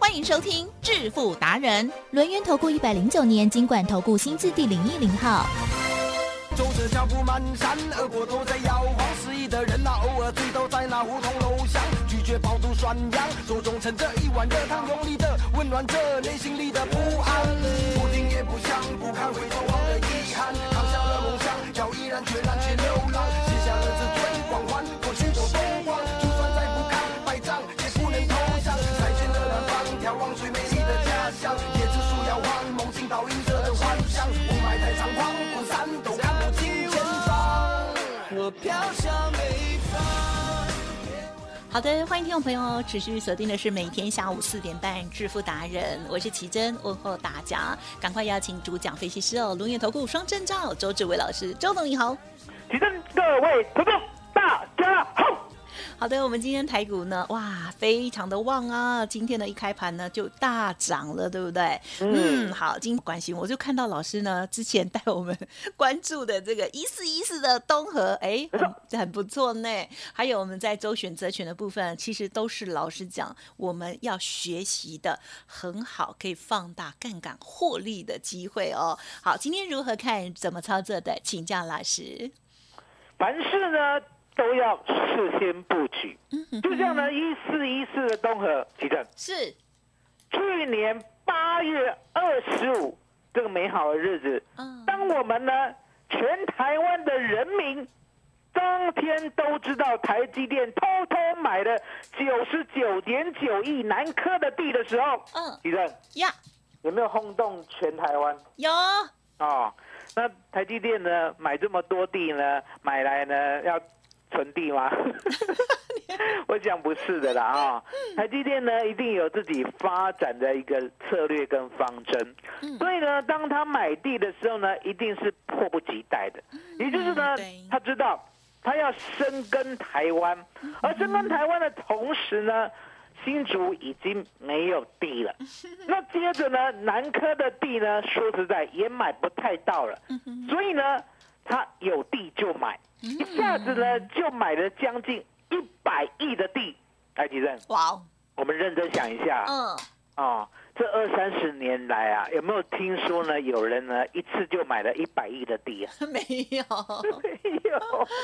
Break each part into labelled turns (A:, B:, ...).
A: 欢迎收听《致富达人》，
B: 轮源投顾一百零九年经管投顾新字第零一零号。
C: 走着脚步蹒跚，而我都呃在摇晃。失意的人啊，偶尔醉倒在那胡同楼巷，拒绝饱读涮羊，手中盛着一碗热汤，用力的温暖着内心里的不安。不听也不想，不堪回头望的遗憾，扛下了梦想，要毅然决然去流浪，卸下了自尊光环，过去都风光，就算再不堪百丈，也不能投降。再见了南方，眺望最美丽的家乡，椰子树摇晃，梦境倒映着的幻想，雾霾在猖狂，滚散都看不清前方。我飘向北方。
D: 好的，欢迎听众朋友持续锁定的是每天下午四点半《致富达人》，我是奇珍，问候大家，赶快邀请主讲分析师哦，龙岩投顾双证照周志伟老师，周董你好。
E: 提振各位观众，大家好。
D: 好的，我们今天台股呢，哇，非常的旺啊！今天的一开盘呢就大涨了，对不对？嗯，好，今天关心我就看到老师呢之前带我们关注的这个一四一四的东河，哎，很很不错呢。还有我们在周选择权的部分，其实都是老师讲我们要学习的很好，可以放大杠杆获利的机会哦。好，今天如何看怎么操作的，请教老师。
E: 凡事呢都要事先布局，
D: 嗯
E: 就像呢一四一四的东河提振，
D: 是，
E: 去年八月二十五这个美好的日子，
D: 嗯，
E: 当我们呢全台湾的人民当天都知道台积电偷偷买了九十九点九亿南科的地的时候，
D: 嗯
E: 提振
D: 呀，
E: 有没有轰动全台湾？
D: 有，
E: 哦，那台积电呢，买这么多地呢，买来呢要存地 吗？我想不是的啦啊、台积电呢一定有自己发展的一个策略跟方针，
D: 嗯
E: 所以呢，当他买地的时候呢，一定是迫不及待的，也就是呢
D: 嗯对，
E: 他知道他要深耕台湾，而深
D: 嗯
E: 耕台湾的同时呢。新竹已经没有地了，
D: 嗯
E: 那接着呢，南科的地呢，说实在也买不太到了，
D: 嗯
E: 所以呢，他有地就买，一下子呢就买了将近一百亿的地。来，吉正，
D: 哇哦，
E: 我们认真想一下啊、
D: 嗯。
E: 哦这二三十年来啊，有没有听说呢？有人呢一次就买了一百亿的地啊？ 哎
D: 没有，
E: 没有，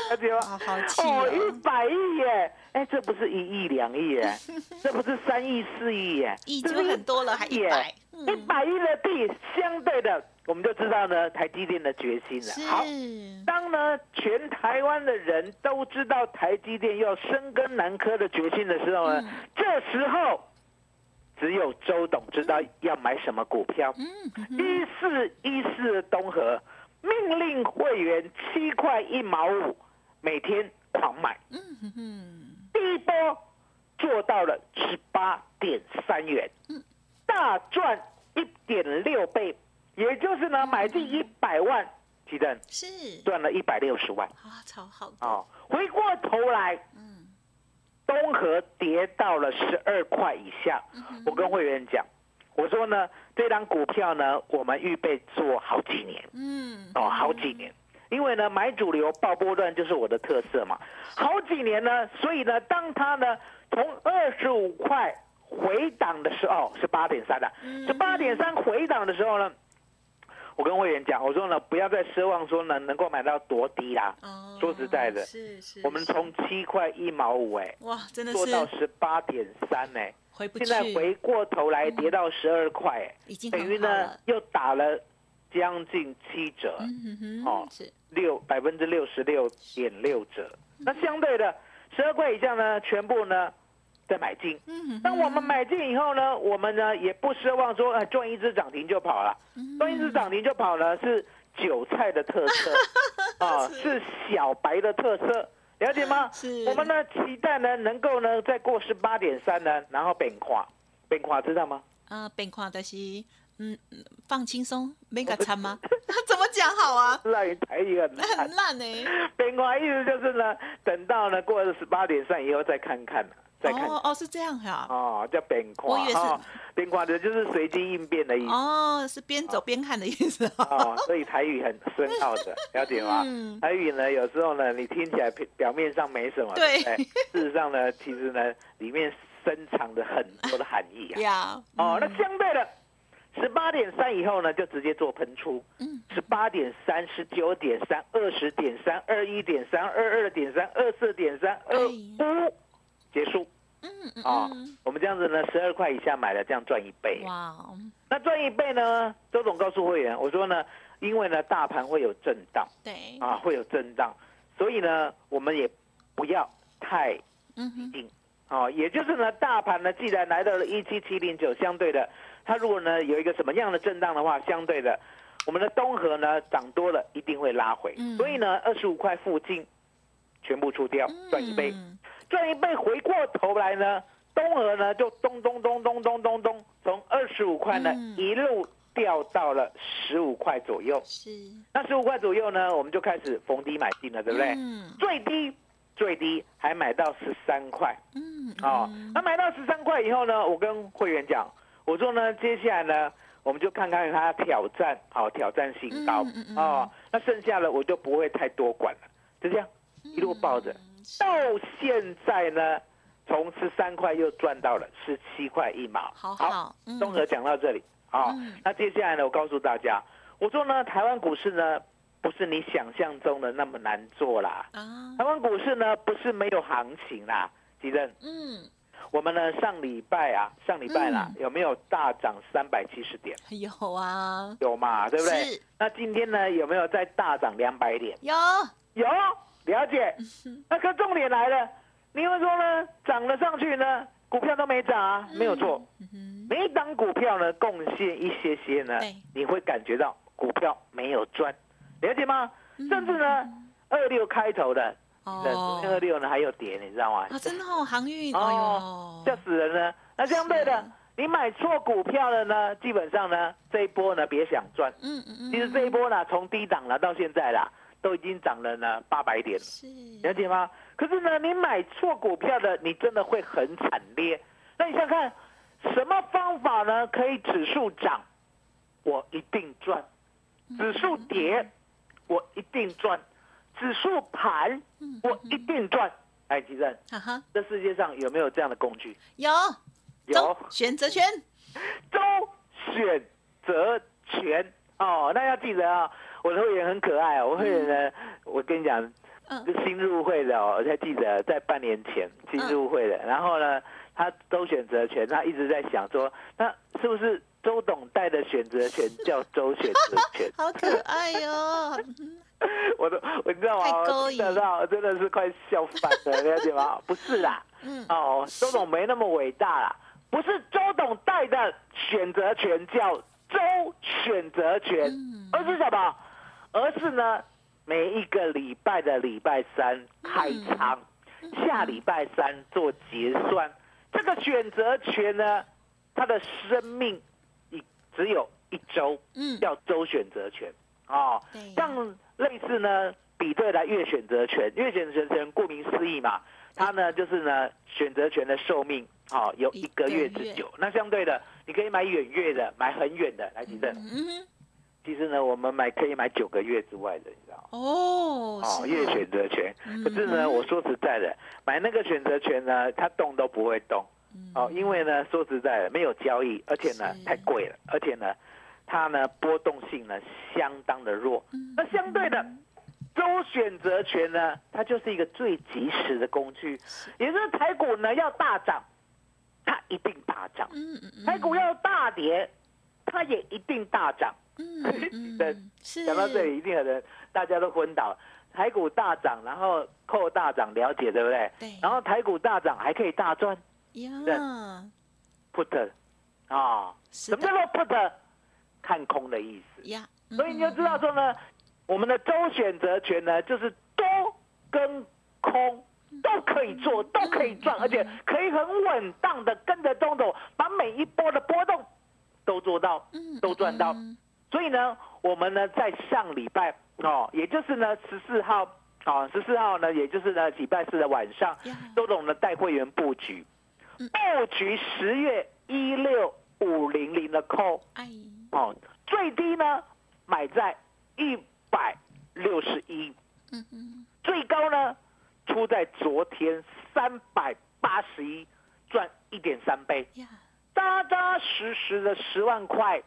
E: 他只有
D: 哦好好气
E: 哦，一
D: 哦！
E: 百亿耶！哎，这不是一亿两亿 耶，这不是三亿四亿耶，
D: 已
E: 这是
D: 经很多了，还一百，
E: 一百亿的地，相对的，我们就知道呢，台积电的决心了。好，
D: 是，嗯
E: 当呢全台湾的人都知道台积电要深耕南科的决心的时候呢，这时候只有周董知道要买什么股票。
D: 嗯嗯
E: 一四一四的东河命令会员七块一毛五每天狂买，
D: 嗯嗯，
E: 第一波做到了十八点三元，
D: 嗯
E: 大赚一点六倍，也就是呢买进一百万，记得
D: 是
E: 赚了一百六十万
D: 啊，超好的，
E: 哦。回过头来，
D: 嗯，
E: 东河跌到了十二块以下，
D: 嗯
E: 我跟会员讲，我说呢这张股票呢我们预备做好几年。
D: 嗯，
E: 哦，好几年。因为呢，买主流爆波段就是我的特色嘛。好几年呢，所以呢，当它呢从二十五块回档的时候，是八点三的，
D: 嗯
E: 是八点三回档的时候呢，我跟会员讲，我说呢，不要再奢望说呢能够买到多低啦。
D: 哦
E: 说实在的
D: 是是，
E: 我们
D: 是
E: 从七块一毛五哎，
D: 哇，真的
E: 做到
D: 是
E: 十八点三哎，
D: 回不去，嗯
E: 现在回过头来跌到十二块哎，
D: 已经很
E: 等于
D: 好
E: 呢
D: 了，
E: 又打了将近七折。
D: 嗯哼，
E: 哦
D: 是，
E: 六百分之六十六点六折。
D: 嗯
E: 那相对的，十二块以下呢，全部呢在买进。
D: 嗯
E: 当我们买进以后呢，我们呢也不奢望说，哎，赚一只涨停就跑了，
D: 嗯
E: 赚一只涨停就跑呢是韭菜的特 色啊，是小白的特色。了解吗
D: 啊是？
E: 我们呢期待呢能够呢再过十八点三呢，然后变垮，变垮知道吗？哦
D: 啊，变化的是，嗯，嗯放轻松，没个参吗？ 怎么讲好啊？
E: 烂于台语很
D: 很
E: 烂。
D: 烂哎、
E: 变卦意思就是呢，等到呢过了十八点上以后再看看， 再看
D: 哦哦，是这样哈、
E: 哦，叫变
D: 我
E: 卦
D: 以为是
E: 哈，变卦的就是随机应变的意思。
D: 哦，是边走边看的意思 哦。
E: 哦，所以台语很深奥 的，了解吗？
D: 嗯
E: 台语呢，有时候呢，你听起来表表面上没什么，
D: 对
E: 不 对，事实上呢，其实呢，里面深藏着很多的含 义啊。
D: 呀，
E: 哦，那相对的，十八点三以后呢，就直接做喷出。
D: 嗯，
E: 十八点三、十九点三、二十点三、二一点三、二二点三、二四点三、
D: 哎
E: 二五，结束
D: 嗯嗯
E: 啊、哦
D: 嗯，
E: 我们这样子呢，十二块以下买了，这样赚一倍。
D: 哇，哦
E: 那赚一倍呢？周总告诉会员，我说呢，因为呢，大盘会有震荡
D: 对，
E: 啊，会有震荡，所以呢，我们也不要太
D: 嗯
E: 一
D: 哼，
E: 定哦，也就是呢，大盘呢，既然来到了一七七零九，相对的，它如果呢有一个什么样的震荡的话，相对的，我们的东河呢涨多了，一定会拉回。
D: 嗯
E: 所以呢，二十五块附近全部出掉，赚一倍，
D: 嗯
E: 赚一倍回过头来呢，东河呢就咚咚咚咚咚咚咚，从二十五块呢、
D: 嗯
E: 一路掉到了十五块左右。
D: 是，
E: 那十五块左右呢，我们就开始逢低买进了，对不对？
D: 嗯
E: 最低最低还买到十三块。
D: 嗯，
E: 哦
D: 嗯，
E: 那买到十三块以后呢，我跟会员讲，我说呢，接下来呢，我们就看看他挑战，好、挑战新高
D: 嗯嗯嗯
E: 哦，那剩下的我就不会太多管了，就这样一路抱着，
D: 嗯是
E: 到现在呢，从十三块又赚到了十七块一毛，
D: 好好，嗯
E: 综合讲到这里啊、
D: 嗯
E: 那接下来呢，我告诉大家，我说呢，台湾股市呢，不是你想象中的那么难做啦，
D: 啊，
E: 台湾股市呢，不是没有行情啦，吉正。
D: 嗯，
E: 我们呢上礼拜啊，上礼拜啦、
D: 嗯
E: 有没有大涨三百七十点？
D: 有啊，
E: 有嘛，对不对
D: 是？
E: 那今天呢有没有再大涨两百点？
D: 有，
E: 有，了 解。那可重点来了，你会说呢，涨了上去呢，股票都没涨、啊，没有错。
D: 嗯哼，
E: 每一档股票呢贡献一些些呢
D: 对，
E: 你会感觉到股票没有赚，了解吗？甚至呢，二六开头的，
D: 嗯哦，
E: 二六呢还有跌，你知道吗？
D: 啊，真的哦，航运，哎
E: 哦
D: 呦，
E: 吓死人了。那相对的
D: 是，啊
E: 你买错股票了呢，基本上呢，这一波呢别想赚。
D: 嗯嗯嗯，
E: 其实这一波呢，从低档呢到现在啦，都已经涨了呢八百点了，
D: 是，
E: 了解吗？可是呢，你买错股票的，你真的会很惨烈。那你想看什么方法呢？可以指数涨，我一定赚；指数跌，我一定赚；指数盘，我一定赚。哎，吉正，
D: 哈哈，
E: 这世界上有没有这样的工具？
D: 有，
E: 有
D: 中选择权，
E: 周选择权哦，那要记得啊、我的会员很可爱、哦，我会员呢，我跟你讲，
D: 嗯，
E: 新入会的哦，我才记得在半年前新入会
D: 嗯
E: 的，然后呢，他周选择权，他一直在想说，那是不是周董带的选择权叫周选择
D: ？
E: 权
D: 好可爱哦哟，
E: 我都我你知道吗？
D: 太
E: 我
D: 勾引
E: 听得到真的是快笑翻了，了解吗？不是啦，
D: 嗯，
E: 哦，周董没那么伟大啦，不是周董带的选择权叫周选择权，
D: 嗯
E: 而是什么？而是呢，每一个礼拜的礼拜三开仓，
D: 嗯
E: 下礼拜三做结算。这个选择权呢，它的生命一只有一周，
D: 嗯
E: 叫周选择权哦
D: 对，
E: 像类似呢，比对来月选择权，月选择权顾名思义嘛，它呢就是呢选择权的寿命哦有一个月之久。那相对的，你可以买远月的，买很远的来提振。
D: 嗯哼，
E: 其实呢，我们买可以买九个月之外的，你知道吗？
D: 哦，
E: 哦，
D: 是嗯
E: 月选择权。可是呢，我说实在的，买那个选择权呢，它动都不会动。
D: 嗯
E: 哦，因为呢，说实在的，没有交易，而且呢
D: 是
E: 太贵了，而且呢，它呢波动性呢相当的弱。
D: 嗯
E: 那相对的，周选择权呢，它就是一个最及时的工具，也就是台股呢要大涨，它一定大涨；
D: 嗯嗯嗯，
E: 台股要大跌，它也一定大涨。
D: 嗯
E: 对
D: 嗯，是
E: 讲到这里，一定有人大家都昏倒。台股大涨，然后扣大涨，了解对不对？
D: 对
E: 然后台股大涨还可以大赚
D: 呀，
E: put 啊、
D: 是
E: 什么叫
D: 的
E: 做 put？看空的意思。
D: 呀，嗯
E: 所以你就知道说呢，我们的周选择权呢，就是多跟空
D: 嗯
E: 都可以做，都可以赚，而且可以很稳当的跟着周董，把每一波的波动都做到
D: 嗯，
E: 都赚到
D: 嗯。
E: 所以呢，我们呢在上礼拜哦，也就是呢十四号哦，十四号呢，也就是呢礼拜四的晚上
D: 呀，嗯
E: 周董呢带会员布局，布局十月一六五零零的 call
D: 哎，
E: 哦，最低呢买在一百六十一，
D: 嗯嗯，
E: 最高呢出在昨天三百八十一，赚一点三倍。
D: 呀，
E: 扎扎实实的十万块，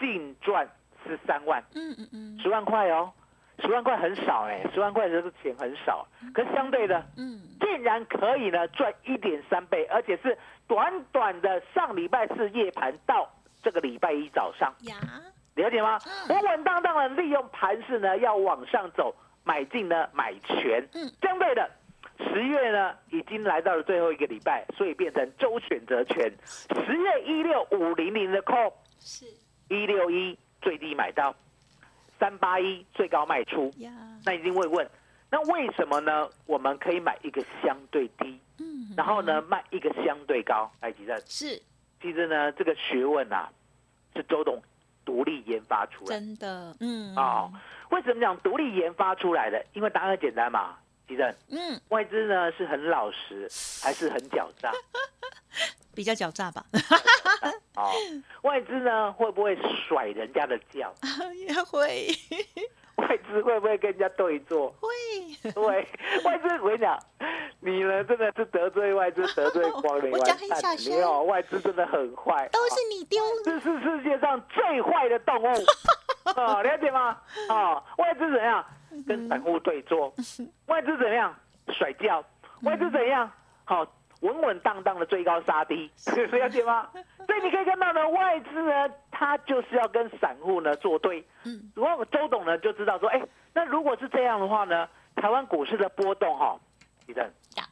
E: 净赚十三万，
D: 嗯嗯嗯
E: 十万块哦，十万块很少哎、十万块这个钱很少，可是相对的，
D: 嗯，
E: 竟然可以呢赚一点三倍，而且是短短的上礼拜四夜盘到这个礼拜一早上，
D: 呀，
E: 了解吗？稳
D: 嗯
E: 稳当当的利用盘势呢要往上走，买进呢买权，
D: 嗯，
E: 相对的。十月呢，已经来到了最后一个礼拜，所以变成周选择权。十月一六五零零的 call，
D: 是
E: 一六一最低买到，三八一最高卖出。
D: 呀，
E: 那一定会问，那为什么呢？我们可以买一个相对低，
D: 嗯，
E: 然后呢卖一个相对高？来，吉正，
D: 是
E: 其实呢这个学问啊，是周董独立研发出来的
D: 真的，嗯，
E: 哦，。为什么讲独立研发出来的？因为答案很简单嘛，吉正，
D: 嗯，
E: 外资呢是很老 实，还是很狡诈？
D: 比较狡诈吧，
E: 哦，外资呢会不会甩人家的脚？
D: 也会
E: 外资会不会跟人家对坐？
D: 会，
E: 对，外资我跟你讲，你呢真的是得罪外资，得罪 光临
D: 我
E: 完
D: 讲很
E: 蛋
D: 小
E: 了，
D: 声
E: 你哦，外资真的很坏，
D: 都是
E: 啊
D: 你丢
E: 这是世界上最坏的 动物，啊，了解吗？啊，外资怎样
D: 嗯
E: 跟散户对坐？外资怎样甩轿？
D: 嗯
E: 外资怎样好？稳稳当当的最高杀低， 了解吗？所以你可以看到呢，外资呢，它就是要跟散户呢作对，
D: 嗯，
E: 如果周董呢就知道说，哎、那如果是这样的话呢，台湾股市的波动哈、李正
D: 呀，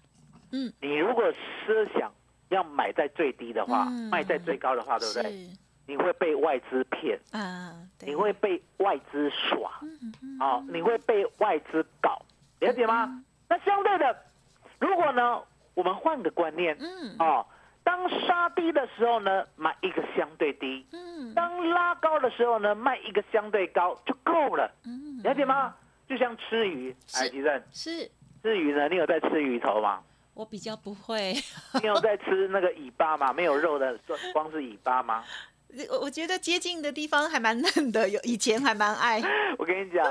D: 嗯，
E: 你如果设想要买在最低的话，
D: 嗯
E: 卖在最高的话，对不对？
D: 是
E: 你会被外资骗，
D: 啊，对
E: 你会被外资耍，
D: 嗯嗯
E: 哦，你会被外资搞，了解吗？那相对的，如果呢，我们换个观念，
D: 嗯
E: 哦，当杀低的时候呢，买一个相对低；
D: 嗯
E: 当拉高的时候呢，卖一个相对高就够了。
D: 嗯，
E: 了解吗？就像吃鱼，
D: 是
E: 哎，吉正，
D: 是
E: 吃鱼呢，你有在吃鱼头 吗？
D: 我比较不会，
E: 你有在吃那个尾巴吗？没有肉的，光是尾巴吗？
D: 我我觉得接近的地方还蛮嫩的，有以前还蛮爱，
E: 我跟你讲，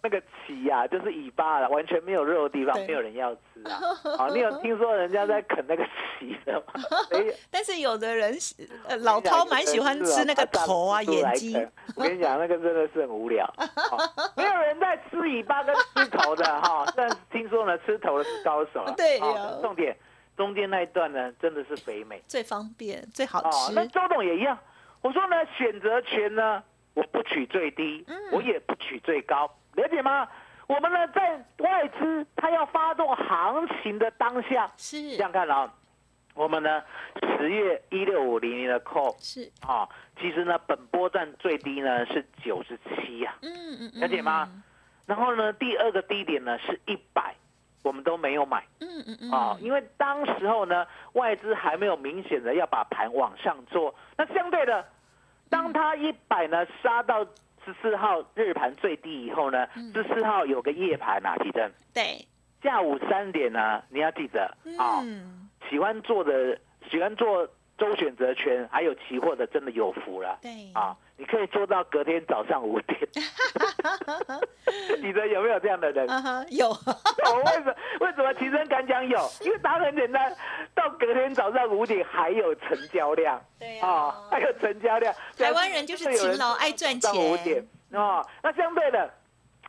E: 那个鳍呀、就是尾巴了，完全没有肉的地方
D: 对，
E: 没有人要吃 啊。好，你有听说人家在啃那个鳍的吗？没有。
D: 但是有的人喜
E: 哦
D: 呃 老饕蛮喜欢吃那个头啊、眼睛，。
E: 我跟你讲，那个真的是很 无聊，哦没有人在吃尾巴跟吃头的哈。 但是听说呢，吃头的是高手了。
D: 对呀
E: 哦重点中间那一段呢，真的是肥美
D: 最方便、最好
E: 哦。那
D: 吃。
E: 周董也一样，我说呢，选择权呢，我不取最低，
D: 嗯
E: 我也不取最高，了解吗？我们呢，在外资它要发动行情的当下，
D: 是
E: 这样看啊，我们呢十月一六五零零的 call。
D: 是，
E: 啊、其实呢，本波段最低呢是九十七呀，
D: 嗯嗯嗯，
E: 了解吗？然后呢，第二个低点呢是一百，我们都没有买
D: 嗯？嗯嗯
E: 啊、
D: 嗯，
E: 因为当时候呢，外资还没有明显的要把盘往上做。那相对
D: 嗯
E: 的，当它一百呢杀到十四号日盘最低以后呢，
D: 嗯
E: 十四号有个夜盘啊，提振
D: 对，
E: 下午三点呢，你要记得啊、
D: 嗯，
E: 喜欢做的喜欢做周选择权还有期货的，真的有福了。
D: 对，
E: 啊，你可以做到隔天早上五 点。 你的有没有这样的人？
D: 啊哈，有，
E: 我哦为什么为什么提升敢讲有？因为答案很简单，到隔天早上五点还有成交量
D: 对
E: 啊，还有成交量。啊
D: 台湾人就是勤劳爱赚钱
E: 到五点啊，那相对的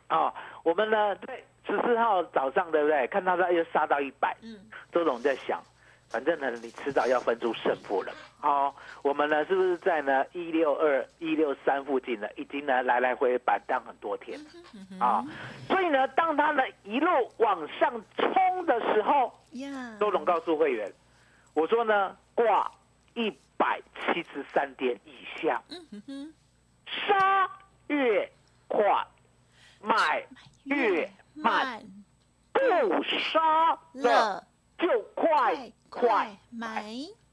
E: 啊，我们呢在十四号早上对不对？看到它又杀到一百，
D: 嗯，
E: 周总在想，反正呢，你迟早要分出胜负了。好、我们呢是不是在呢一六二、一六三附近呢，已经呢来来回板荡很多天
D: 嗯
E: 了啊、所以呢，当他呢一路往上冲的时候，
D: 呀，
E: 周总告诉会员，我说呢挂一百七十三点以下，
D: 嗯哼哼，
E: 杀越快，买越慢，
D: 慢
E: 不杀了
D: 了，
E: 就快
D: 快
E: 快
D: 快。买，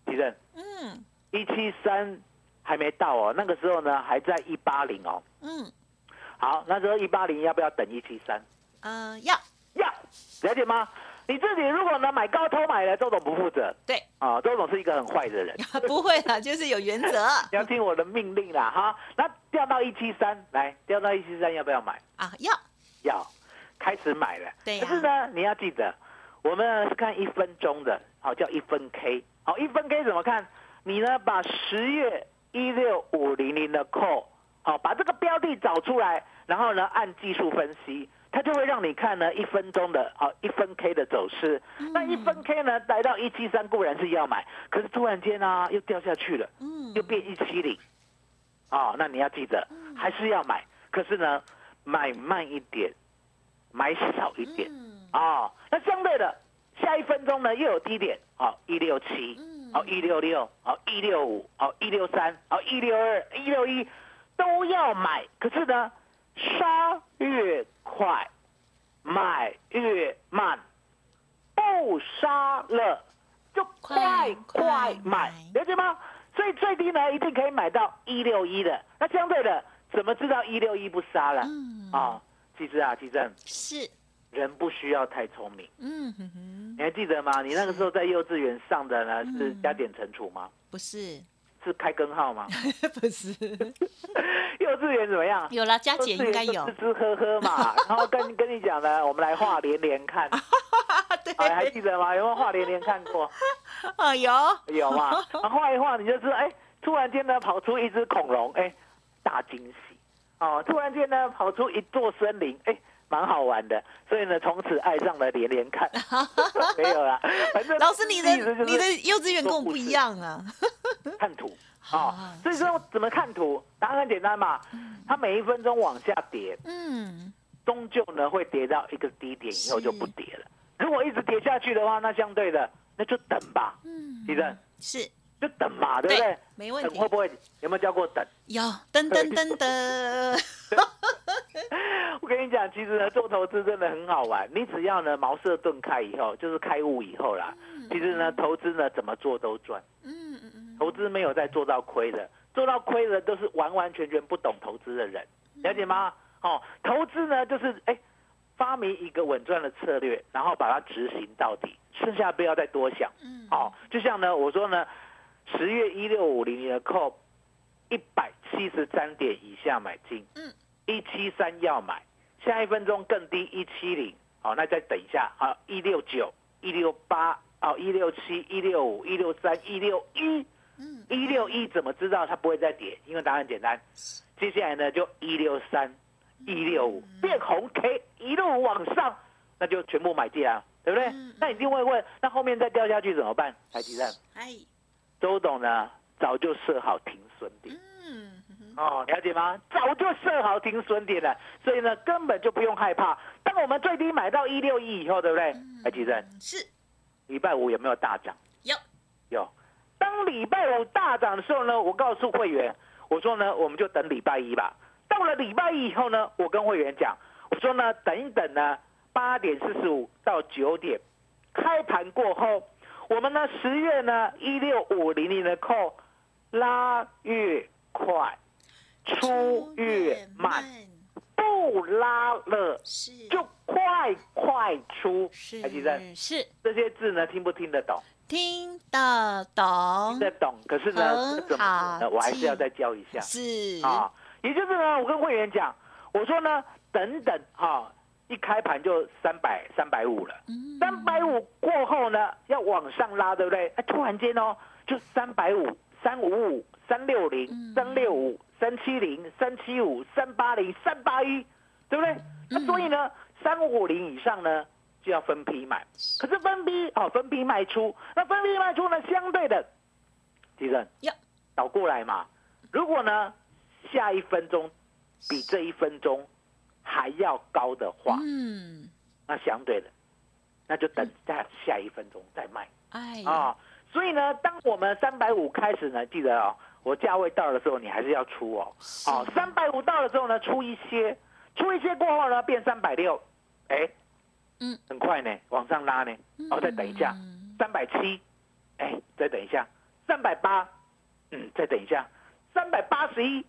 E: 地震
D: 嗯，
E: 一七三还没没到哦，那个时候呢还在一八零哦。
D: 嗯，
E: 好，那时候一八零要不要等一七三？
D: 呃，要
E: 要，了解吗？你自己如果呢买高偷买了，周总不负责
D: 对，
E: 啊，周总是一个很坏的人，
D: 不会啦，就是有原则
E: 你 要听我的命令啦哈。那掉到一七三，来掉到一七三要不要买？
D: 啊，要
E: 要，开始买了。
D: 对呀
E: 可是呢，你要记得，我们是看一分钟的，好、叫一分 K，好、一分 K 怎么看？你呢把十月一六五零零的 call，好、把这个标的找出来，然后呢按技术分析。它就会让你看呢一分钟的好一分 K 的走势，那一分 K 呢来到一七三固然是要买，可是突然间呢、又掉下去了，
D: 嗯
E: 又变一七零，啊，那你要记得还是要买，可是呢，买慢一点，买少一点
D: 嗯
E: 啊、那相对的，下一分钟呢又有低点，好一六七
D: 嗯，
E: 好一六六，好一六五，好一六三，好一六二，一六一都要买，可是呢，杀越快，买越慢，不杀了就快快
D: 快买
E: 买，了解吗？所以最低呢，一定可以买到一六一的。那相对的，怎么知道一六一不杀了？
D: 嗯
E: 啊，其实啊，其正，
D: 是，
E: 人不需要太聪明。
D: 嗯哼哼，
E: 你还记得吗？你那个时候在幼稚园上的呢是
D: 嗯
E: 加减乘除吗？
D: 不是
E: 是开根号吗？
D: 不是，
E: 幼稚园怎么样？
D: 有啦，加减应该有
E: 幼稚园就吃吃喝喝嘛。然后 跟跟你讲呢，我们来画连连看，
D: 啊，对，
E: 哎，还记得吗？有没有画连连看过？
D: 啊有，
E: 有嘛？然后画一画，你就知道，哎，突然间呢跑出一只恐龙，哎，大惊喜哦！突然间呢跑出一座森林，哎。蛮好玩的，所以呢，从此爱上了连连 看， 没有啦，反正
D: 老师你的
E: 意思就是
D: 你的幼稚园跟我不一样啊，
E: 看图
D: 啊
E: 啊、所以说怎么看图？答案很简单嘛，它每一分钟往下跌，
D: 嗯，
E: 终究呢会跌到一个低点以后
D: 是
E: 就不跌了。如果一直跌下去的话，那相对的那就等吧，嗯，其实
D: 是
E: 就等嘛，对不对
D: 对？没问题
E: 等会不会有没有教过等？
D: 有噔噔噔噔，
E: 我跟你讲，其实呢，做投资真的很好玩。你只要呢茅塞顿开以后，就是开悟以后啦。其实呢，投资呢怎么做都赚。
D: 嗯嗯嗯，
E: 投资没有再做到亏的，做到亏的都是完完全全不懂投资的人，
D: 嗯
E: 了解吗？哦，投资呢就是哎、发明一个稳赚的策略，然后把它执行到底，剩下不要再多想。
D: 嗯
E: 哦，就像呢，我说呢，十月一六五零的 call 一百七十三点以下买进，
D: 嗯，
E: 一七三要买，下一分钟更低一七零，好，那再等一下啊，一六九、一六八、哦，一六七、一六五、一六三、一六一，
D: 嗯，
E: 一六一怎么知道它不会再跌？因为答案很简单，接下来呢就一六三、一六五
D: 嗯
E: 变红 K 一路往上，那就全部买进啊，对不对？
D: 嗯
E: 那一定会问，那后面再掉下去怎么办？台积电，
D: 哎，
E: 周董呢早就设好停损点。
D: 嗯哼哼
E: 哦，了解吗？早就设好停损点了，所以呢，根本就不用害怕。当我们最低买到一六一以后，对不对？哎，其实
D: 嗯是
E: 礼拜五有没有大涨？
D: 有，
E: 有。当礼拜五大涨的时候呢，我告诉会员，我说呢，我们就等礼拜一吧。到了礼拜一以后呢，我跟会员讲，我说呢，等一等呢，八点四十五到九点，开盘过后，我们呢十月呢一六五零零的扣拉越快，出越慢，不拉了
D: 是
E: 就快快出。台积电
D: 是是
E: 这些字呢听不听得懂？
D: 听得懂
E: 听得懂，可是呢，
D: 哦很
E: 这怎么
D: 好
E: 做呢？我还是要
D: 记
E: 再教一下。
D: 是
E: 啊，也就是呢，我跟会员讲，我说呢，等等啊，一开盘就三百三百五了，
D: 嗯
E: 三百五过后呢，要往上拉，对不对？啊、突然间哦，就三百五、三五五、三六零、
D: 嗯
E: 三六五、三七零、三七五、三八零、三八一，对不对？
D: 嗯
E: 那所以呢，三五零以上呢就要分批买，可是分批哦，分批卖出，那分批卖出呢，相对的，地震
D: 呀
E: 倒过来嘛。如果呢，下一分钟比这一分钟还要高的话，
D: 嗯，
E: 那相对的，那就等下下一分钟再卖
D: 哎呀，
E: 啊、所以呢，当我们三百五开始呢，记得哦，我价位到的时候你还是要出哦。哦，三百五到了之后呢，出一些，出一些过后呢，变三百六，哎，
D: 嗯，
E: 很快呢，往上拉呢，哦，再等一下
D: 嗯，
E: 三百七，哎，再等一下，三百八，嗯，再等一下，三百八十一，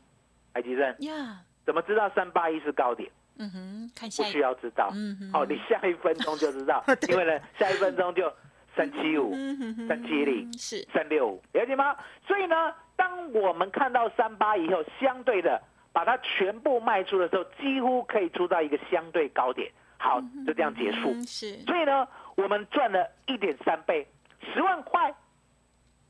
E: 海基生
D: 嗯呀，
E: 怎么知道三八一是高点？
D: 嗯哼，看
E: 不
D: 下一
E: 需要知道
D: 嗯哼，
E: 哦，你下一分钟就知 道，因为呢，下一分钟就三七五、
D: 嗯
E: 三七零、
D: 是
E: 三六五，了解吗？所以呢，当我们看到三八以后，相对的把它全部卖出的时候，几乎可以出到一个相对高点。好，就这样结束。
D: 嗯是
E: 所以呢，我们赚了一点三倍，十万块，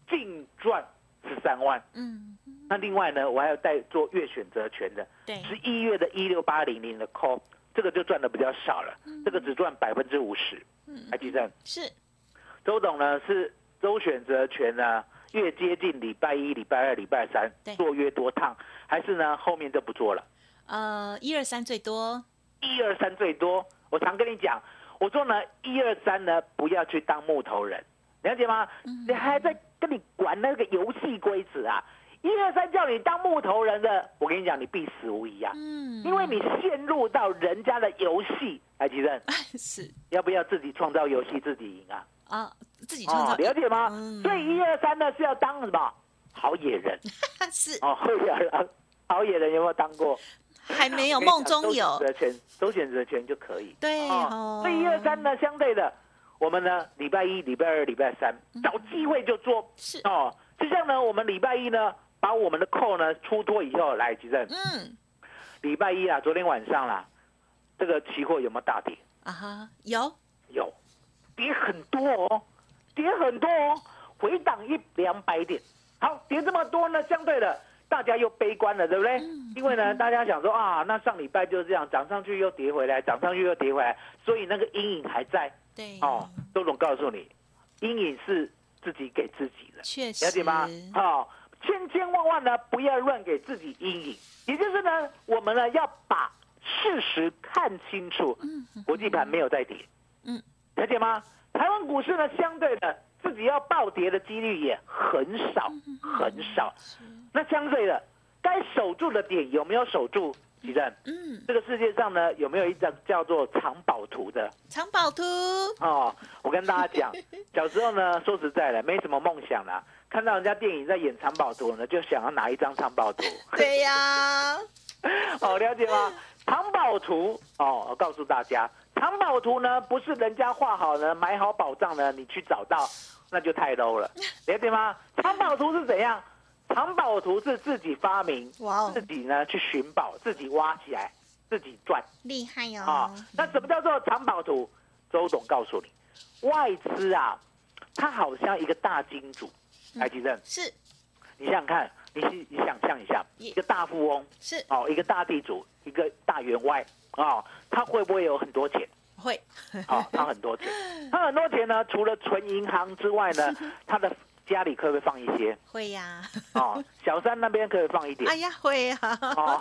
E: 净赚十三万。
D: 嗯
E: 那另外呢，我还有带做月选择权的，
D: 对
E: 十一月的一六八零零的 call，这个就赚的比较少了，这个只赚百分之五十。
D: 嗯
E: 还记得
D: 是
E: 周董呢是周选择权呢越接近礼拜一、礼拜二、礼拜三
D: 对
E: 做越多趟，还是呢后面就不做了？
D: 呃一二三最多
E: 一二三最多。我常跟你讲，我说呢，一二三呢不要去当木头人，了解吗？
D: 嗯
E: 你还在跟你玩那个游戏规则啊？一二三叫你当木头人的，我跟你讲，你必死无疑啊！
D: 嗯
E: 因为你陷入到人家的游戏，哎，奇正，
D: 是
E: 要不要自己创造游戏自己赢啊？
D: 啊自己创
E: 哦
D: 造，
E: 了解吗？
D: 嗯
E: 所以一二三呢是要当什么好 野人
D: 是
E: 哦，好野人，好野人有没有当过？
D: 还没有
E: 我跟你
D: 梦
E: 讲
D: 中有
E: 周选择权，周选择权就可以。
D: 对
E: 哦
D: 哦，
E: 所以一二三呢，相对的，我们呢，礼拜一、礼拜二、礼拜三找机会就做
D: 嗯是
E: 哦。就像呢，我们礼拜一呢，把我们的扣呢出脱以后，来，吉正，
D: 嗯
E: 礼拜一啊，昨天晚上啦，这个期货有没有大跌？
D: 啊哈有
E: 有，跌很多哦，跌很多哦，回档一两百点。好，跌这么多呢，相对的大家又悲观了，对不对？因为呢，大家想说啊，那上礼拜就是这样，涨上去又跌回来，涨上去又跌回来，所以那个阴影还在
D: 对
E: 哦。周总告诉你，阴影是自己给自己的。
D: 确实
E: 了解吗？好、千千万万呢，不要乱给自己阴影。也就是呢，我们呢要把事实看清楚。国际盘没有在跌，
D: 嗯，
E: 了解吗？台湾股市呢，相对的自己要暴跌的几率也很少，
D: 嗯
E: 很少。那相对的，该守住的点有没有守住？奇正，
D: 嗯
E: 这个世界上呢，有没有一张叫做藏宝图的？
D: 藏宝 图
E: 哦，我跟大家 讲，小时候呢，说实在的，没什么梦想啦。看到人家电影在演藏宝图呢，就想要拿一张藏宝图。
D: 对呀
E: 哦，了解吗？藏宝图哦，我告诉大家，藏宝图呢不是人家画好呢，买好宝藏呢，你去找到，那就太 low 了，了解吗？藏宝图是怎样？藏宝图是自己发明，
D: 哇哦
E: 自己呢去寻宝，自己挖起来，自己赚。
D: 厉害哟
E: 啊、那什么叫做藏宝图？周董告诉你，外资啊，它好像一个大金主，
D: 嗯
E: 来吉正，
D: 是
E: 你想想看，你去你想象一下，
D: 也
E: 一个大富翁
D: 是
E: 哦，一个大地主，一个大员外哦，他会不会有很多钱？
D: 会
E: 哦，他很多钱，他很多钱呢，除了存银行之外呢，他的家里可不可以放一些？
D: 会呀
E: 哦，小三那边可不可以放一点
D: 哎。呀会呀
E: 哦，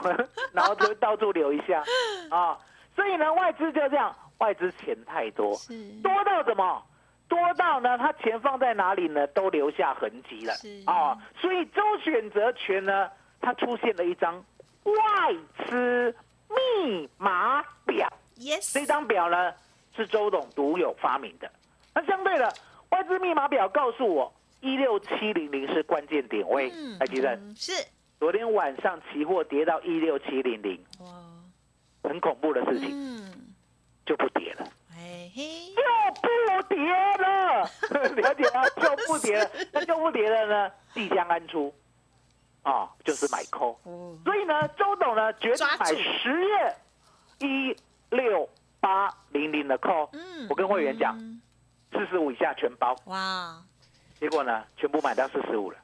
E: 然后就到处留一下啊、所以呢，外资就这样，外资钱太多，
D: 是
E: 多到什么？多到呢，他钱放在哪里呢，都留下痕迹了
D: 是
E: 啊、所以周选择权呢，它出现了一张外资密码表，这
D: yes
E: 张表呢是周董独有发明的。那相对的，外资密码表告诉我。一六七零零是关键点位，
D: 嗯
E: 来吉正，
D: 嗯是
E: 昨天晚上期货跌到一六七零零，
D: 哇
E: 很恐怖的事情
D: 嗯
E: 就不跌了，
D: 哎嘿
E: 就不跌了，了解吗？就不跌了，那就不跌了呢？即将安出，哦，就是买空。
D: 哦
E: 所以呢，周董呢决定
D: 抓
E: 买
D: 住
E: 十月一六八零零的 call，
D: 嗯
E: 我跟会员讲
D: 嗯
E: 四十五以下全包，
D: 哇嗯
E: 结果呢全部买到四十五了。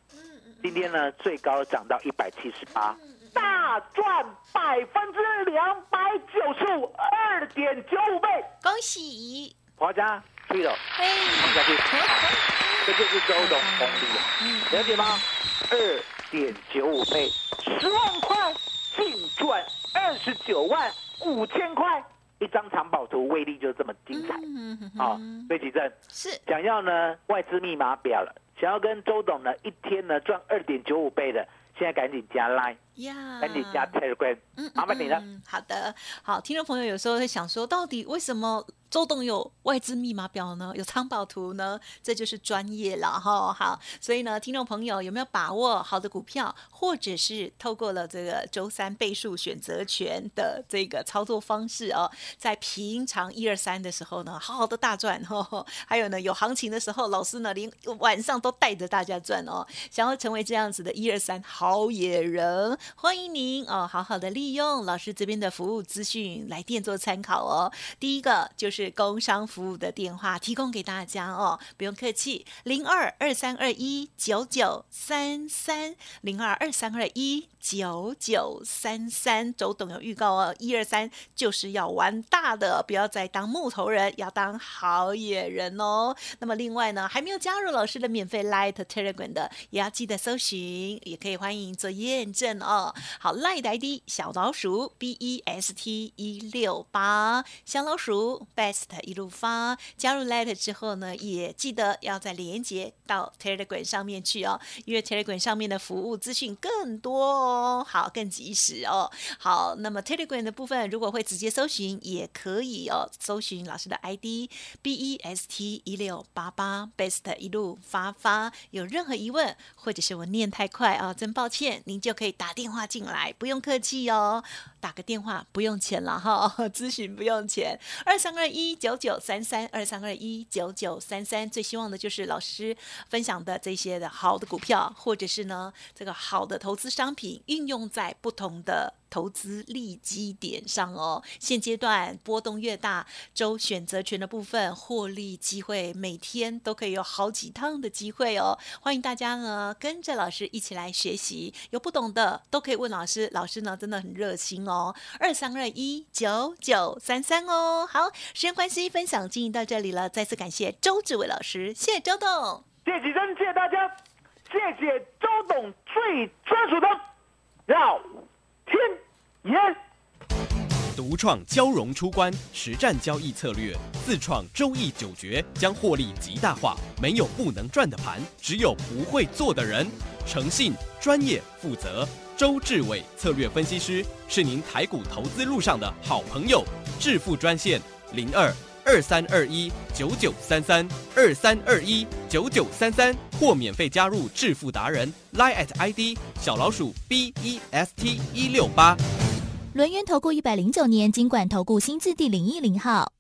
E: 今天呢最高涨到一百七十八，大赚百分之两百九十五，二点九五倍。
D: 恭喜
E: 华家对了，
D: 嘿
E: 放下去，这就是周董红利啊，了解吗？二点九五倍，十万块净赚二十九万五千块，一张藏宝图威力就是这么精彩
D: 嗯哼
E: 啊
D: 哼！
E: 所以举证
D: 是
E: 想要呢外资密码表了，想要跟周董呢一天呢赚二点九五倍的，现在赶紧加 Line，
D: 呀，
E: 赶紧加 Telegram，
D: 嗯，
E: 麻烦你了。
D: 嗯好的，好，听众朋友有时候会想说，到底为什么周董有外资密码表呢？有藏宝图呢？这就是专业了哈。好，所以呢，听众朋友有没有把握好的股票，或者是透过了这个周三倍数选择权的这个操作方式哦，在平常一二三的时候呢，好好的大赚哦。还有呢，有行情的时候，老师呢连晚上都带着大家赚哦。想要成为这样子的一二三好野人，欢迎您哦，好好的利用老师这边的服务资讯来电做参考哦。第一个就是工商服务的电话提供给大家哦，不用客气，零二二三二一九九三三零二二三二一九九三三。周董有预告哦，一二三就是要玩大的，不要再当木头人，要当好野人哦。那么另外呢，还没有加入老师的免费 Light Telegram 的，也要记得搜寻，也可以欢迎做验证哦。好，Light 的 ID 小老鼠 B E S T 一六八，小老鼠 Best 一路发。加入 Light 之后呢，也记得要再连接到 Telegram 上面去哦，因为 Telegram 上面的服务资讯更多哦，好，更及时哦。好，那么 Telegram 的部分，如果会直接搜寻也可以哦，搜寻老师的 ID B E S T 一六八八 Best 一路发发。有任何疑问，或者是我念太快啊，真抱歉，您就可以打电话进来，不用客气哦，打个电话不用钱了哈， 咨询不用钱，二三二一九九三三二三二一九九三三。最希望的就是老师分享的这些的好的股票，或者是呢这个好的投资商品，运用在不同的。投资利基点上哦，现阶段波动越大，周选择权的部分获利机会每天都可以有好几趟的机会哦。欢迎大家呢跟着老师一起来学习，有不懂的都可以问老师，老师呢真的很热心哦。二三二一九九三三哦。好，时间关系，分享进行到这里了，再次感谢周志伟老师，谢谢周董。
E: 谢谢真，谢谢大家，谢谢周董最专属的绕天爷。
F: 独创交融出关实战交易策略，自创周易九诀，将获利极大化。没有不能赚的盘，只有不会做的人。诚信、专业、负责，周志伟策略分析师是您台股投资路上的好朋友。致富专线零二二三二一九九三三二三二一九九三三，或免费加入致富达人 Line at ID 小老鼠 B E S T 一六八。
B: 轮源投顾一百零九年经管投顾新字第零一零号。